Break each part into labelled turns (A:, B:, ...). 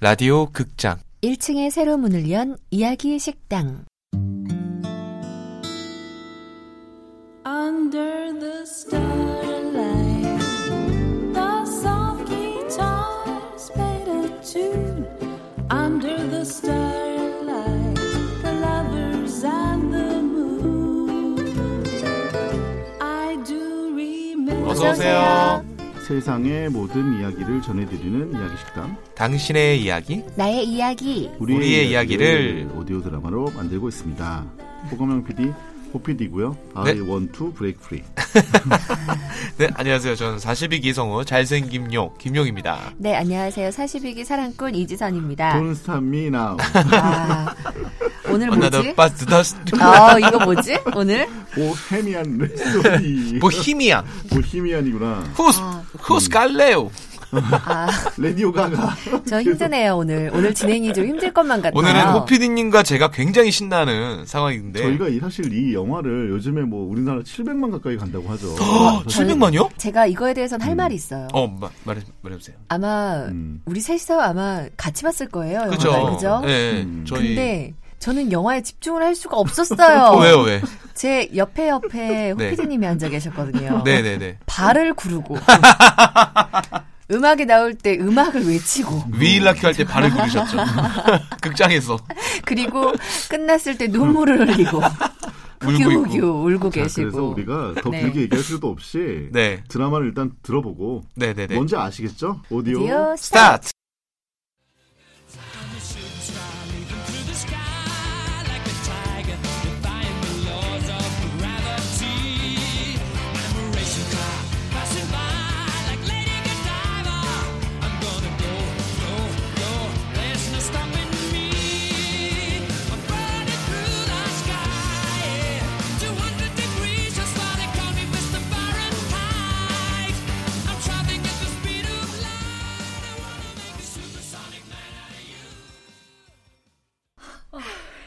A: 라디오 극장
B: 1층에 새로 문을 연 이야기의 식당.
C: Under the starlight, the soft guitars played a tune. Under the starlight, the lovers and the moon. I do remember.
A: 어서 오세요.
D: 세상의 모든 이야기를 전해드리는 이야기 식당
A: 당신의 이야기
B: 나의 이야기.
D: 우리의,
A: 우리의 이야기를
D: 오디오 드라마로 만들고 있습니다. 호감형 PD, 호PD고요. I
A: 네.
D: want to break free.
A: 네 안녕하세요 저는 42기 성우 잘생김 용 김용입니다
B: 네, 안녕하세요. 42기 사랑꾼 이지선입니다.
D: Don't stop me now.
B: 아, 오늘
A: 어, 만나다
B: 뭐지?
A: 빠스다스
B: 어, 이거 뭐지? 오늘?
D: 보헤미안 레소디.
A: 뭐 보히미안
D: 보히미안이구나.
A: 후스
B: 아.
A: 후스 갈레오
B: 아,
D: 레디오 가가.
B: 저 힘드네요, 오늘. 오늘 진행이 좀 힘들 것만 같아요.
A: 오늘은 호피디님과 제가 굉장히 신나는 상황인데
D: 저희가 이- 사실 이 영화를 요즘에 뭐 우리나라 700만 가까이 간다고 하죠.
A: 어,
D: 사실-
A: 700만이요?
B: 제가 이거에 대해서는 할 말이 있어요.
A: 어 마- 말해 말해보세요
B: 아마,
D: 음.
B: 우리 셋이서 아마 같이 봤을 거예요. 영화를,
A: 그죠
B: 그죠?
A: 네,
D: 음.
A: 저희
B: 근데 저는 영화에 집중을 할 수가
A: 어,
B: 없었어요.
A: 왜요 왜
B: 제 옆에 옆에
A: 네.
B: 호피디님이 앉아 계셨거든요.
A: 네네네
B: 발을 구르고 음악이 나올 때 음악을 외치고
A: 위일라큐 할 때 발을 구르셨죠 극장에서
B: 그리고 끝났을 때 눈물을 흘리고
A: 울고
B: 규규
A: 있고
B: 울고
D: 자, 그래서
B: 계시고
D: 우리가 더
B: 네.
D: 길게 얘기할 수도 없이
A: 네
D: 드라마를 일단 들어보고
A: 네네네
D: 뭔지 아시겠죠? 오디오.
B: 드디어 스타트.
A: 스타트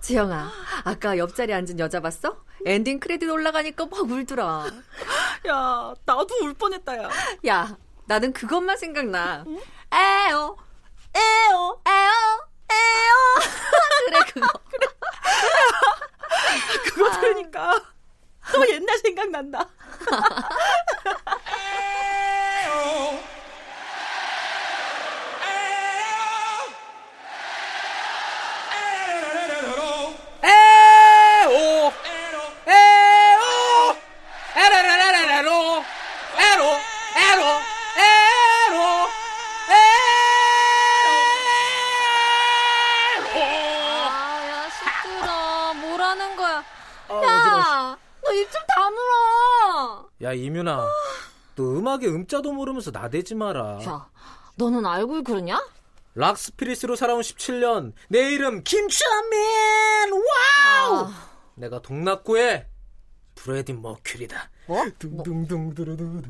B: 지영아 아까 옆자리 앉은 여자 봤어? 엔딩 크레딧 올라가니까 막 울더라
E: 야, 나도 울 뻔했다, 야.
B: 야 나는 그것만 생각나 에오 에오 에오 에오 그래 그거
E: 그거 들으니까 또 옛날 생각난다.
F: 에오 에오 에라라라라로 에로 에로 에로 에로
C: 아야 시끄러. 뭐라는 거야?
F: 아,
C: 야, 너 입 좀 다물어.
F: 야 이윤아 너 음악의 음자도 모르면서 나대지 마라
C: 야, 너는 알고 그러냐?
F: 락스피릿으로 살아온 17년 내 이름 김추민 와우
C: 아.
F: 내가 동락구의 프레디 머큐리다
C: 뭐?
F: 둥둥둥두루두루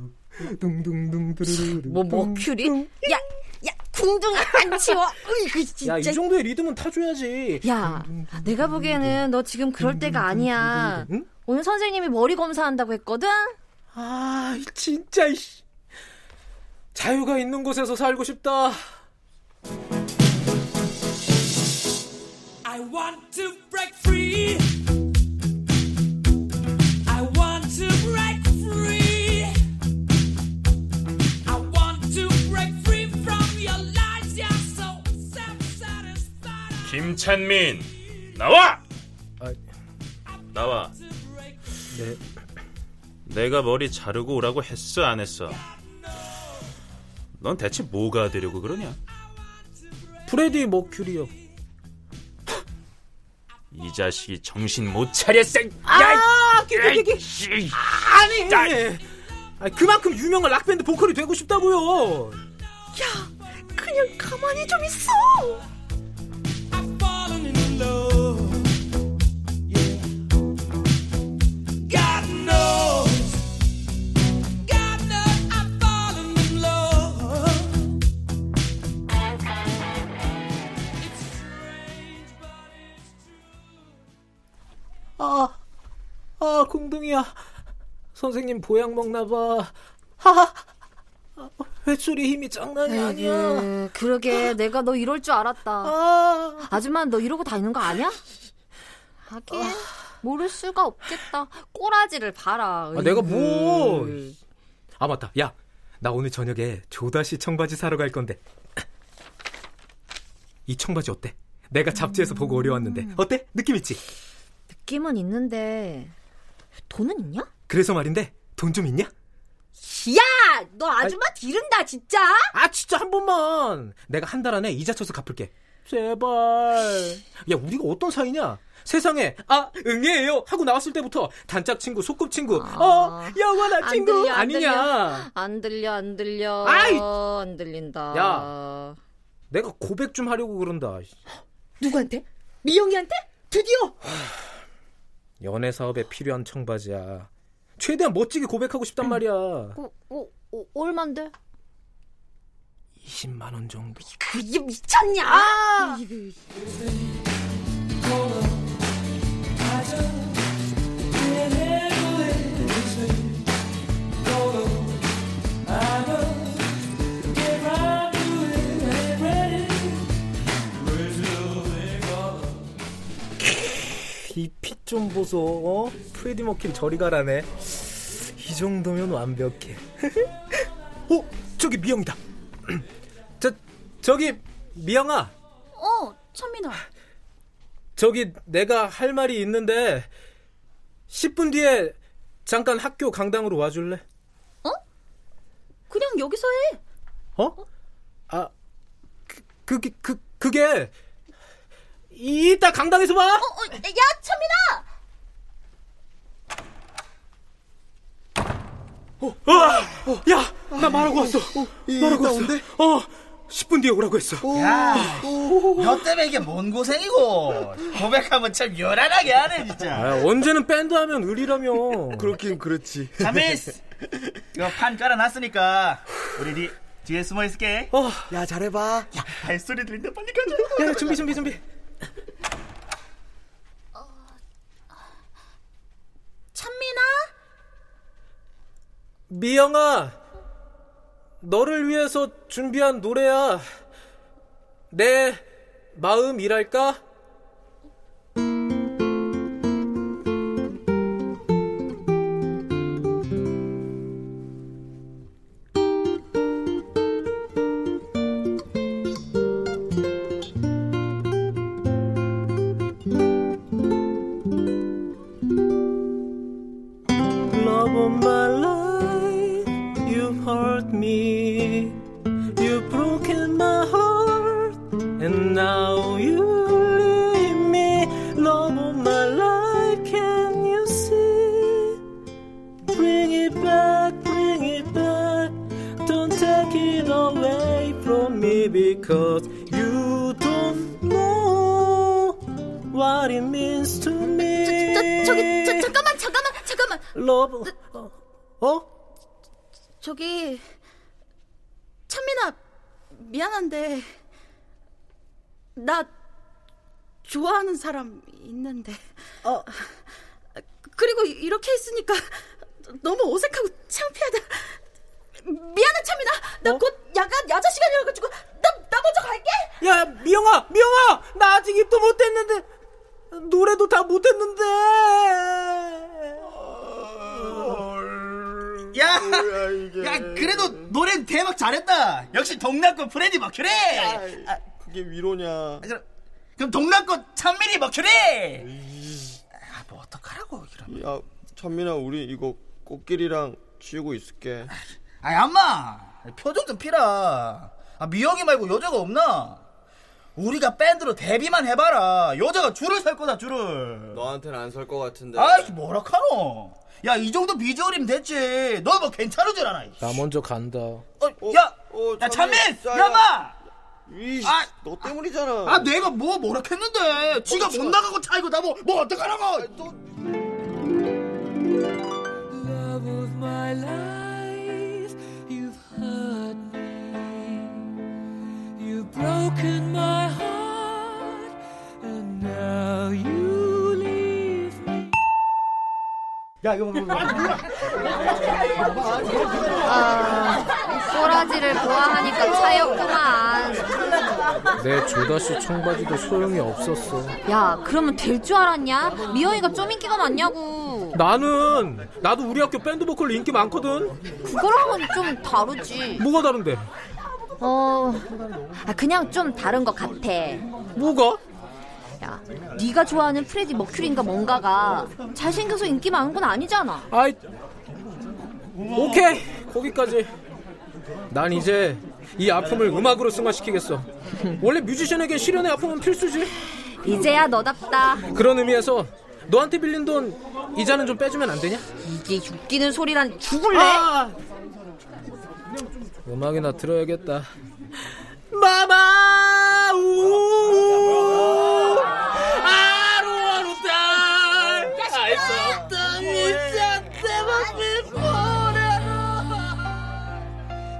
F: 둥둥둥두루두루
C: 뭐 머큐리? 야, 야, 궁둥이 안 치워. 으이그 진짜.
F: 야, 이 정도의 리듬은 타줘야지.
C: 야, 내가 보기에는 너 지금 그럴 때가 아니야.
F: 응?
C: 오늘 선생님이 머리 검사한다고 했거든?
F: 아, 진짜, 이씨. 자유가 있는 곳에서 살고 싶다.
G: I want to break free. I want to break free. I want to break free from your lies. You're so self-satisfied.
H: 김찬민 나와
F: 아.
H: 나와
F: 네.
H: 내가 머리 자르고 오라고 했어 안 했어 넌 대체 뭐가 되려고 그러냐
F: 프레디 머큐리요.
H: 이 자식이 정신 못 차렸어
F: 아, 기기기기. 아니. 아, 그만큼 유명한 락밴드 보컬이 되고 싶다고요.
C: 그냥 가만히 좀 있어.
G: I've fallen in love. Yeah. God knows. God knows I've fallen in love. It's strange, but it's
F: 아, 아, 공둥이야. 선생님 보약 먹나 봐. 하하. 아, 회초리 힘이 장난이 아니야.
C: 에휴, 예, 그러게 내가 너 이럴 줄 알았다.
F: 아,
C: 아줌마 너 이러고 다니는 거 아니야? 하긴
F: 아.
C: 모를 수가 없겠다. 꼬라지를 봐라.
F: 아, 내가 뭐.
C: 으이.
F: 아 맞다. 야, 나 오늘 저녁에 조다시 청바지 사러 갈 건데. 이 청바지 어때? 내가 잡지에서 보고 어려웠는데 어때? 느낌 있지?
C: 느낌은 있는데 돈은 있냐?
F: 그래서 말인데 돈 좀 있냐?
C: 야, 너 아줌마 기른다 진짜.
F: 아 진짜 한 번만. 내가 한 달 안에 이자 쳐서 갚을게. 제발. 야 우리가 어떤 사이냐? 세상에 아 응애예요 하고 나왔을 때부터 단짝 친구 소꿉 친구 어 영원한
C: 아, 안
F: 친구
C: 들려, 안
F: 아니냐?
C: 안 들려 안 들려.
F: 아이!
C: 안 들린다.
F: 야. 내가 고백 좀 하려고 그런다.
B: 누구한테? 미영이한테? 드디어!
F: 연애 사업에 필요한 청바지야. 최대한 멋지게 고백하고 싶단 말이야.
B: 어,
C: 오, 오, 오, 얼만데?
F: 20만 원 정도.
C: 그게 미쳤냐?
F: 이 핏 좀 보소. 어? 프레디 머킬 저리 가라네. 이 정도면 완벽해. 어? 저기 미영이다. 저 저기 미영아.
E: 어, 천민아.
F: 저기 내가 할 말이 있는데 10분 뒤에 잠깐 학교 강당으로 와줄래?
E: 그냥 여기서 해.
F: 어? 아 그, 그게 그 그게 이따 강당에서 봐.
E: 어, 야, 천민아!
F: 아! 야! 나 말하고 왔어. 말하고 왔어. 어! 10분 뒤에 오라고 했어.
I: 야, 너 때문에 이게 뭔 고생이고 고백하면 참 요란하게 하네 진짜.
F: 아, 언제는 밴드 하면 을이라며.
A: 그렇긴 그렇지.
I: 자미스, 이거 판 깔아놨으니까 우리 뒤 뒤에 숨어 있을게.
F: 어,
J: 야 잘해봐.
I: 발소리 들린다 빨리 가자.
F: 야, 준비, 준비, 준비.
E: 천민아?
F: 미영아, 너를 위해서 준비한 노래야. 내 마음이랄까? Love of my life, you've hurt me. You've broken my heart, and now you leave me. Love of my life, can you see? Bring it back, bring it back. Don't take it away from me because you don't know what it means to me.
C: 저, 저기 저, 잠깐만 잠깐만 잠깐만
F: 러브 어? 어?
E: 저기, 천민아, 미안한데, 나 좋아하는 사람 있는데. 어. 그리고 이렇게 있으니까 너무 어색하고 창피하다. 미안해, 천민아. 나 곧 야간 야자 시간이라 가지고 나, 나 먼저 갈게.
F: 야 미영아 미영아 나 아직 입도 못했는데 노래도 다 못했는데
I: 야,
J: 아,
I: 야 그래도 노래 대박 잘했다. 역시 동남권 프레디 머큐리. 아,
J: 그게 위로냐?
I: 그럼- 그럼 동남권 찬미리 머큐리. 아, 뭐 어떡하라고 이런.
J: 야 천민아 우리 이거 꽃길이랑 치우고 있을게.
I: 아이 안마 표정 좀 피라 아, 미영이 말고 여자가 없나 우리가 밴드로 데뷔만 해봐라 여자가 줄을 설 거다 줄을
J: 너한테는 안 설 것 같은데.
I: 아이 뭐라 카노 야 이 정도 비주얼이면 됐지 너 뭐 괜찮은 줄 알아
F: 나 먼저 간다
I: 어,
J: 어,
I: 야,
J: 어,
I: 야
J: 잠이-
I: 찬민
J: 야,
I: 야마
J: 이씨,
I: 아!
J: 너 때문이잖아. 어,
I: 아 내가 뭐 뭐라 했는데 지가 못 나가고 차이고 나뭐 뭐 어떡하라고
G: Love of my life, you've hurt me. You've broken my heart, and now you leave me.
J: 야 이거 봐, 이거 봐.
C: 아, 꼬라지를 보아하니까 차였구만.
K: 내 조다씨 청바지도 소용이 없었어.
C: 야, 그러면 될 줄 알았냐? 미영이가 좀 인기가 많냐고.
F: 나는 나도 우리 학교 밴드 보컬로 인기 많거든.
C: 그거랑은 좀 다르지.
F: 뭐가 다른데?
C: 어, 아, 그냥 좀 다른 것 같아.
F: 뭐가?
C: 야, 네가 좋아하는 프레디 머큐리인가 뭔가가 잘생겨서 인기 많은 건 아니잖아.
F: 아이, 오케이 거기까지. 난 이제 이 아픔을 음악으로 승화시키겠어. 원래 뮤지션에게 실현의 아픔은 필수지.
C: 이제야 너답다.
F: 그런 의미에서 너한테 빌린 돈 이자는 좀 빼주면 안 되냐?
C: 이게 웃기는 소리란 죽을래?
B: 아!
G: 아!
F: 음악이나 들어야겠다.
G: 마마 우 I don't wanna die I saw the mission never before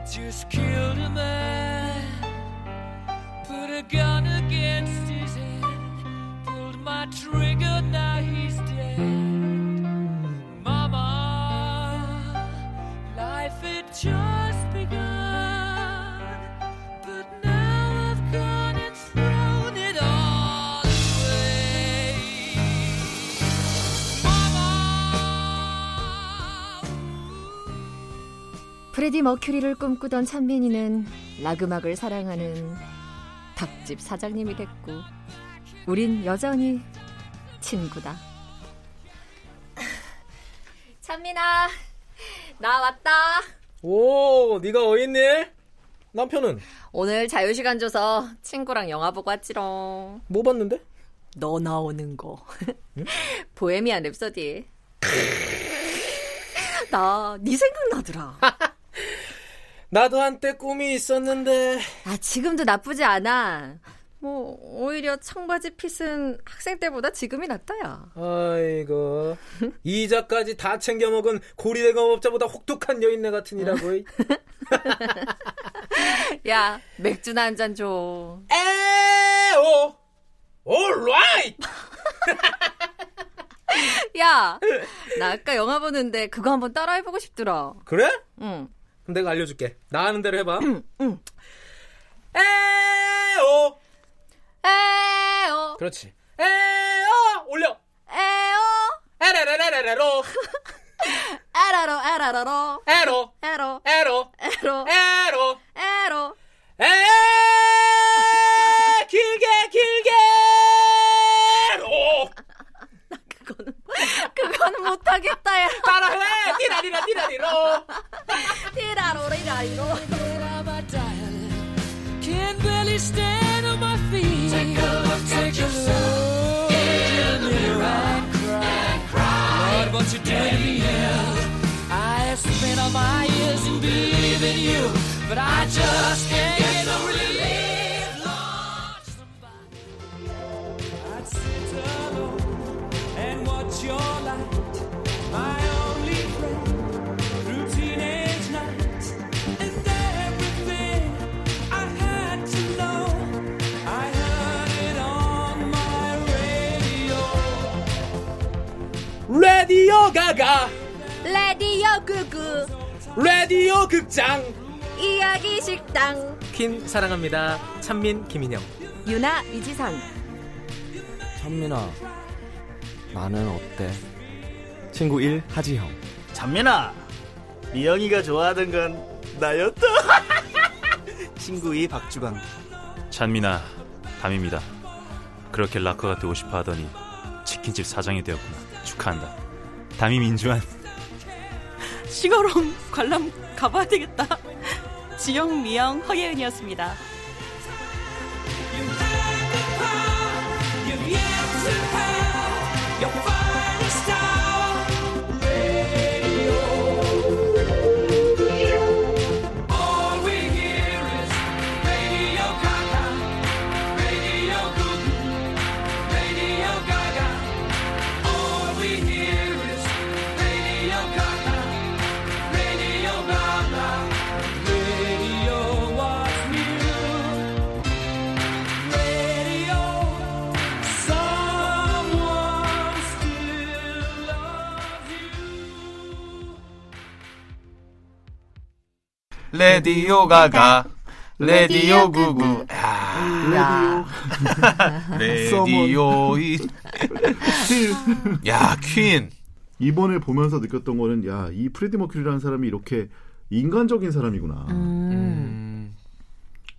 G: Just killed a man Put a gun against his head Pulled my trigger, now he's dead Mama Life had just begun, but now I've gone and thrown it all away.
B: 프레디 머큐리를 꿈꾸던 찬빈이는 락음악을 사랑하는 닭집 사장님이 됐고 우린 여전히 친구다.
C: 찬민아, 나 왔다.
F: 오, 네가 어딨니? 남편은
C: 오늘 자유시간 줘서 친구랑 영화 보고 왔지롱.
F: 뭐 봤는데?
B: 너 나오는 거. 보헤미안 랩소디. 나 네 생각나더라.
F: 나도 한때 꿈이 있었는데
B: 아 지금도 나쁘지 않아. 뭐 오히려 청바지 핏은 학생 때보다 지금이 낫다야.
F: 아이고 이자까지 다 챙겨 먹은 고리대 검업자보다 혹독한 여인네 같으니라고 이.
B: 야 맥주나 한 잔 줘.
F: 에오 올라이트
B: 야, 나 아까 영화 보는데 그거 한번 따라해보고 싶더라.
F: 그래?
B: 응.
F: 그럼 내가 알려줄게 나 하는 대로 해봐
B: 응.
F: 에오
C: 에오,
F: 그렇지 에오 올려
C: 에오,
F: 에레레레레로
C: 에라로, 에라로,
F: 에로
C: 에로,
F: 에로
C: 에로,
F: 에로
C: 에로.
F: 에 길게 길게 로
C: 그건 못하겠다, 야.
F: 따라해 디라디라 디라디로
C: 티라로, 리라리로.
G: Where am I dying? Can barely stand on my feet. Take a look, take a look in the mirror and cry. Lord, what you doing to me here? I have spent all my years in believing you, but I just can't get no relief. Lord, somebody, I'd sit alone and watch your light, my only friend through teenage nights and everything I had to know. I heard it on my radio.
F: 레디오 가가
C: 레디오 구구,
F: 레디오 극장
C: 이야기 식당.
F: 퀸 사랑합니다 찬민 김인영
B: 유나, 이지상.
K: 현민아, 나는 어때? 친구 1, 하지형.
I: 잔민아 미영이가 좋아하던 건 나였다 친구 이 박주광
H: 찬미나 담입니다. 그렇게 락커가 되고 싶어 하더니 치킨집 사장이 되었구나. 축하한다. 담임 인주한
E: 싱어롱 관람 가봐야 되겠다. 지영, 미영, 허예은이었습니다.
G: You've yet to have your finest hour. Radio. All we hear is Radio Gaga, Radio Goo-Goo, Radio Gaga. All we hear is Radio Gaga, Radio blah, blah. Radio what's new? Radio Someone still
A: 레디오 가가 레디오 구구 야. 레디오 야, 퀸.
D: 이번에 보면서 느꼈던 거는 야, 이 프레디 머큐리라는 사람이 이렇게 인간적인 사람이구나.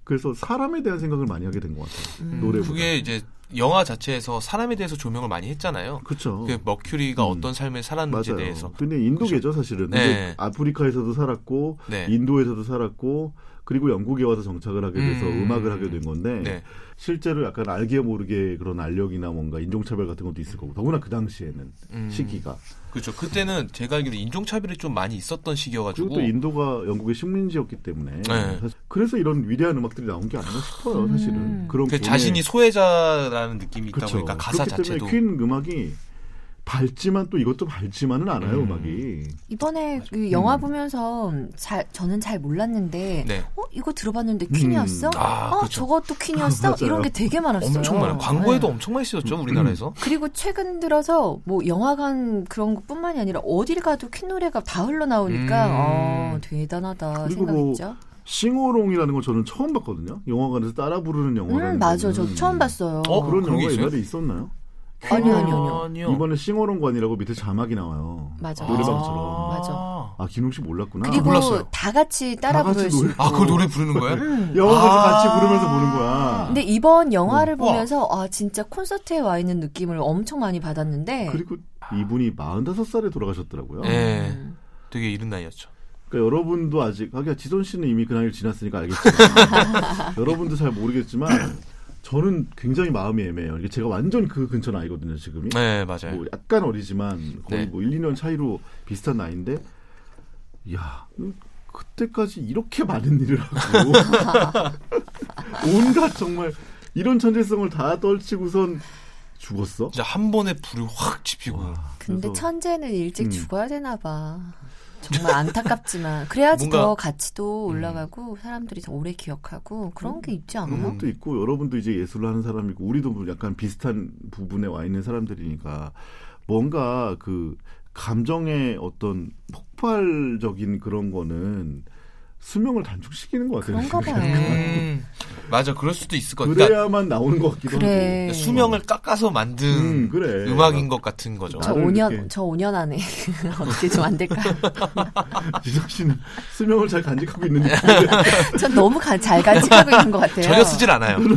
D: 그래서 사람에 대한 생각을 많이 하게 된 것 같아요. 노래보다.
A: 그게 이제 영화 자체에서 사람에 대해서 조명을 많이 했잖아요.
D: 그쵸.
A: 그 머큐리가 어떤 삶을 살았는지에
D: 음. 맞아요.
A: 대해서.
D: 근데 인도계죠 사실은. 근데
A: 네.
D: 아프리카에서도 살았고
A: 네.
D: 인도에서도 살았고 그리고 영국에 와서 정착을 하게 돼서
A: 음.
D: 음. 악을 하게 된 건데
A: 네.
D: 실제로 약간 알게 모르게 그런 알력이나 뭔가 인종차별 같은 것도 있을 거고 더구나 그 당시에는
A: 음.
D: 시기가
A: 그렇죠. 그때는 제가 알기로 인종차별이 좀 많이 있었던 시기여가지고.
D: 그리고 또 인도가 영국의 식민지였기 때문에
A: 네.
D: 사실- 그래서 이런 위대한 음악들이 나온 게 아닌가 싶어요 사실은 그런
A: 그
D: 분의-
A: 자신이 소외자라는 느낌이 있다
D: 그쵸.
A: 보니까 가사
D: 그렇기
A: 자체도.
D: 때문에 퀸 음악이 밝지만 또 이것도 밝지만은 않아요
A: 음.
D: 음. 악이
L: 이번에 그 영화 보면서 잘 저는 잘 몰랐는데
D: 네.
L: 어 이거 들어봤는데 퀸이었어?
A: 음. 아,
L: 어
A: 그쵸.
L: 저것도 퀸이었어?
A: 맞아요.
L: 이런 게 되게 많았어요.
A: 엄청 많아요. 광고에도
L: 네.
A: 엄청 많이 쓰였죠, 우리나라에서.
D: 음.
L: 그리고 최근 들어서 뭐 영화관 그런 것뿐만이 아니라 어딜 가도 퀸 노래가 다 흘러나오니까
D: 음.
L: 어, 대단하다
D: 그리고
L: 생각했죠.
D: 뭐 싱어롱이라는 걸 저는 처음 봤거든요. 영화관에서 따라 부르는 영화라는
L: 음 맞아 저
D: 거는.
L: 처음 봤어요.
D: 그런 영화 옛날에 있었나요?
L: 아니요, 아니요, 아니요.
D: 이번에 싱어롱관이라고 밑에 자막이 나와요.
L: 맞아.
D: 노래방처럼.
L: 맞아.
D: 아 김용 씨 몰랐구나.
L: 그리고 다 같이 따라 부를 수
A: 아,
L: 있고.
A: 부르는 거예요?
L: 어. 음.
D: 영화관에서
L: 아.
D: 같이 부르면서 보는 거야.
L: 근데 이번 영화를
I: 어.
D: 음.
L: 보면서 아 진짜 콘서트에 와 있는 느낌을 엄청 많이 받았는데
D: 그리고 이분이 45살에 돌아가셨더라고요.
A: 예. 되게 이른 나이였죠.
D: 그러니까 여러분도 아직 하기야 지선 씨는 이미 그 나이를 지났으니까 알겠지만 여러분도 잘 모르겠지만 저는 굉장히 마음이 애매해요. 이게 제가 완전 그 근처 나이거든요 지금이.
A: 네, 맞아요.
D: 뭐 약간 어리지만
A: 네.
D: 거의 뭐 1, 2년 차이로 비슷한 나이인데, 야 그때까지 이렇게 많은 일을 하고 온갖 정말 이런 천재성을 다 떨치고선 죽었어.
A: 진짜 한 번에 불을 확 지피고.
L: 근데 천재는 일찍
A: 음.
L: 죽어야 되나 봐. 정말 안타깝지만 그래야지
D: 뭔가- 음.
L: 더 가치도 올라가고 사람들이 더 오래 기억하고 그런 게 있지 않아?
D: 그런 것도 있고 여러분도 이제 예술을 하는 사람이고 우리도 뭐 약간 비슷한 부분에 와 있는 사람들이니까 뭔가 그 감정의 어떤 폭발적인 그런 거는 수명을 단축시키는 것 같아요.
L: 그런가 봐요.
A: 음. 맞아, 그럴 수도 있을 것 같아요. 그러니까
D: 그래야만 나오는 것 같기도
L: 그래.
D: 하고.
A: 수명을 깎아서 만든
D: 음,
A: 음,
D: 그래.
A: 악인것 같은 거죠.
D: 아,
L: 저 5년 저 5년 안에 어떻게 좀 안 될까?
D: 지석 씨는 수명을 잘 간직하고 있는지
L: 전 너무 가- 잘 간직하고 있는 것 같아요.
A: 전혀 쓰질 않아요.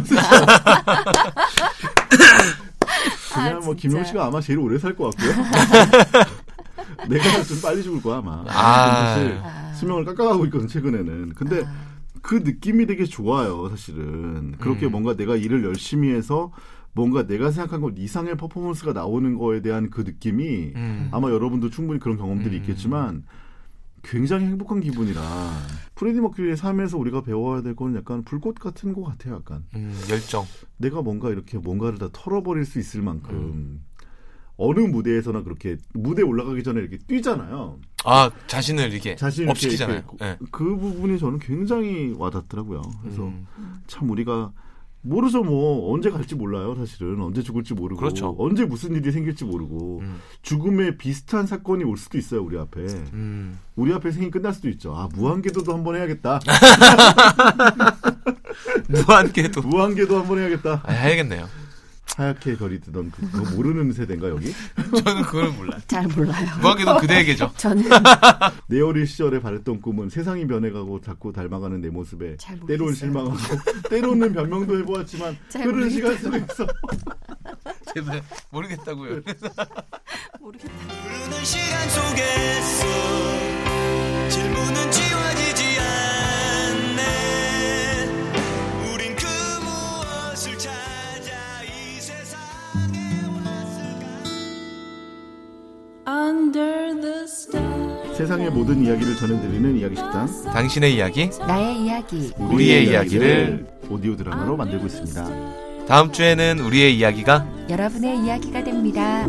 D: 그냥 뭐 김용 씨가 아마 제일 오래 살 것 같고요. 내가 좀 빨리 죽을 거야 아마.
A: 아.
D: 사실 수명을 깎아가고 있거든 최근에는. 근데 그 느낌이 되게 좋아요 사실은. 그렇게 뭔가 내가 일을 열심히 해서 뭔가 내가 생각한 것 이상의 퍼포먼스가 나오는 거에 대한 그 느낌이 아마 여러분도 충분히 그런 경험들이 있겠지만 굉장히 행복한 기분이라 프레디 머큐리의 삶에서 우리가 배워야 될 건 약간 불꽃 같은 것 같아요 약간.
A: 음, 열정.
D: 내가 뭔가 이렇게 뭔가를 다 털어버릴 수 있을 만큼
A: 음.
D: 어느 무대에서나 그렇게 무대 올라가기 전에 이렇게 뛰잖아요.
A: 아, 자신을 이렇게
D: 자신을 이렇게
A: 업시키잖아요.
D: 이렇게
A: 예.
D: 그 부분이 저는 굉장히 와닿더라고요. 그래서
A: 음.
D: 참 우리가 모르죠 뭐 언제 갈지 몰라요 사실은 언제 죽을지 모르고
A: 그렇죠.
D: 언제 무슨 일이 생길지 모르고 죽음에 비슷한 사건이 올 수도 있어요 우리 앞에
A: 음.
D: 우리 앞에 생이 끝날 수도 있죠 아 무한궤도도 한번 해야겠다
A: 무한궤도
D: 무한궤도 한번 해야겠다
A: 아, 해야겠네요
D: 하얗게 별이 뜨던 그 그거 모르는 세대인가 여기
A: 저는 그걸 몰라요.
L: 잘 몰라요.
A: 무한궤도 그대에게죠.
L: 저는
D: 내 어릴 시절에 바랬던 꿈은 세상이 변해가고 자꾸 닮아가는 내 모습에 때론 실망하고 때로는 변명도 해보았지만
A: 잘
D: 흐르는 시간
A: 모르겠다.
D: 속에서
A: 제발 모르겠다고요.
G: 흐르는 시간 속에서 질문은 지워지지 않네 우린 그 무엇을 찾아 이 세상에 Under the stars
D: 세상의 모든 이야기를 전해드리는 이야기 식당
A: 아, 당신의 이야기
L: 나의 이야기
A: 우리의 이야기를
D: 오디오 드라마로 만들고 있습니다.
A: 다음 주에는 우리의 이야기가
L: 여러분의 이야기가 됩니다.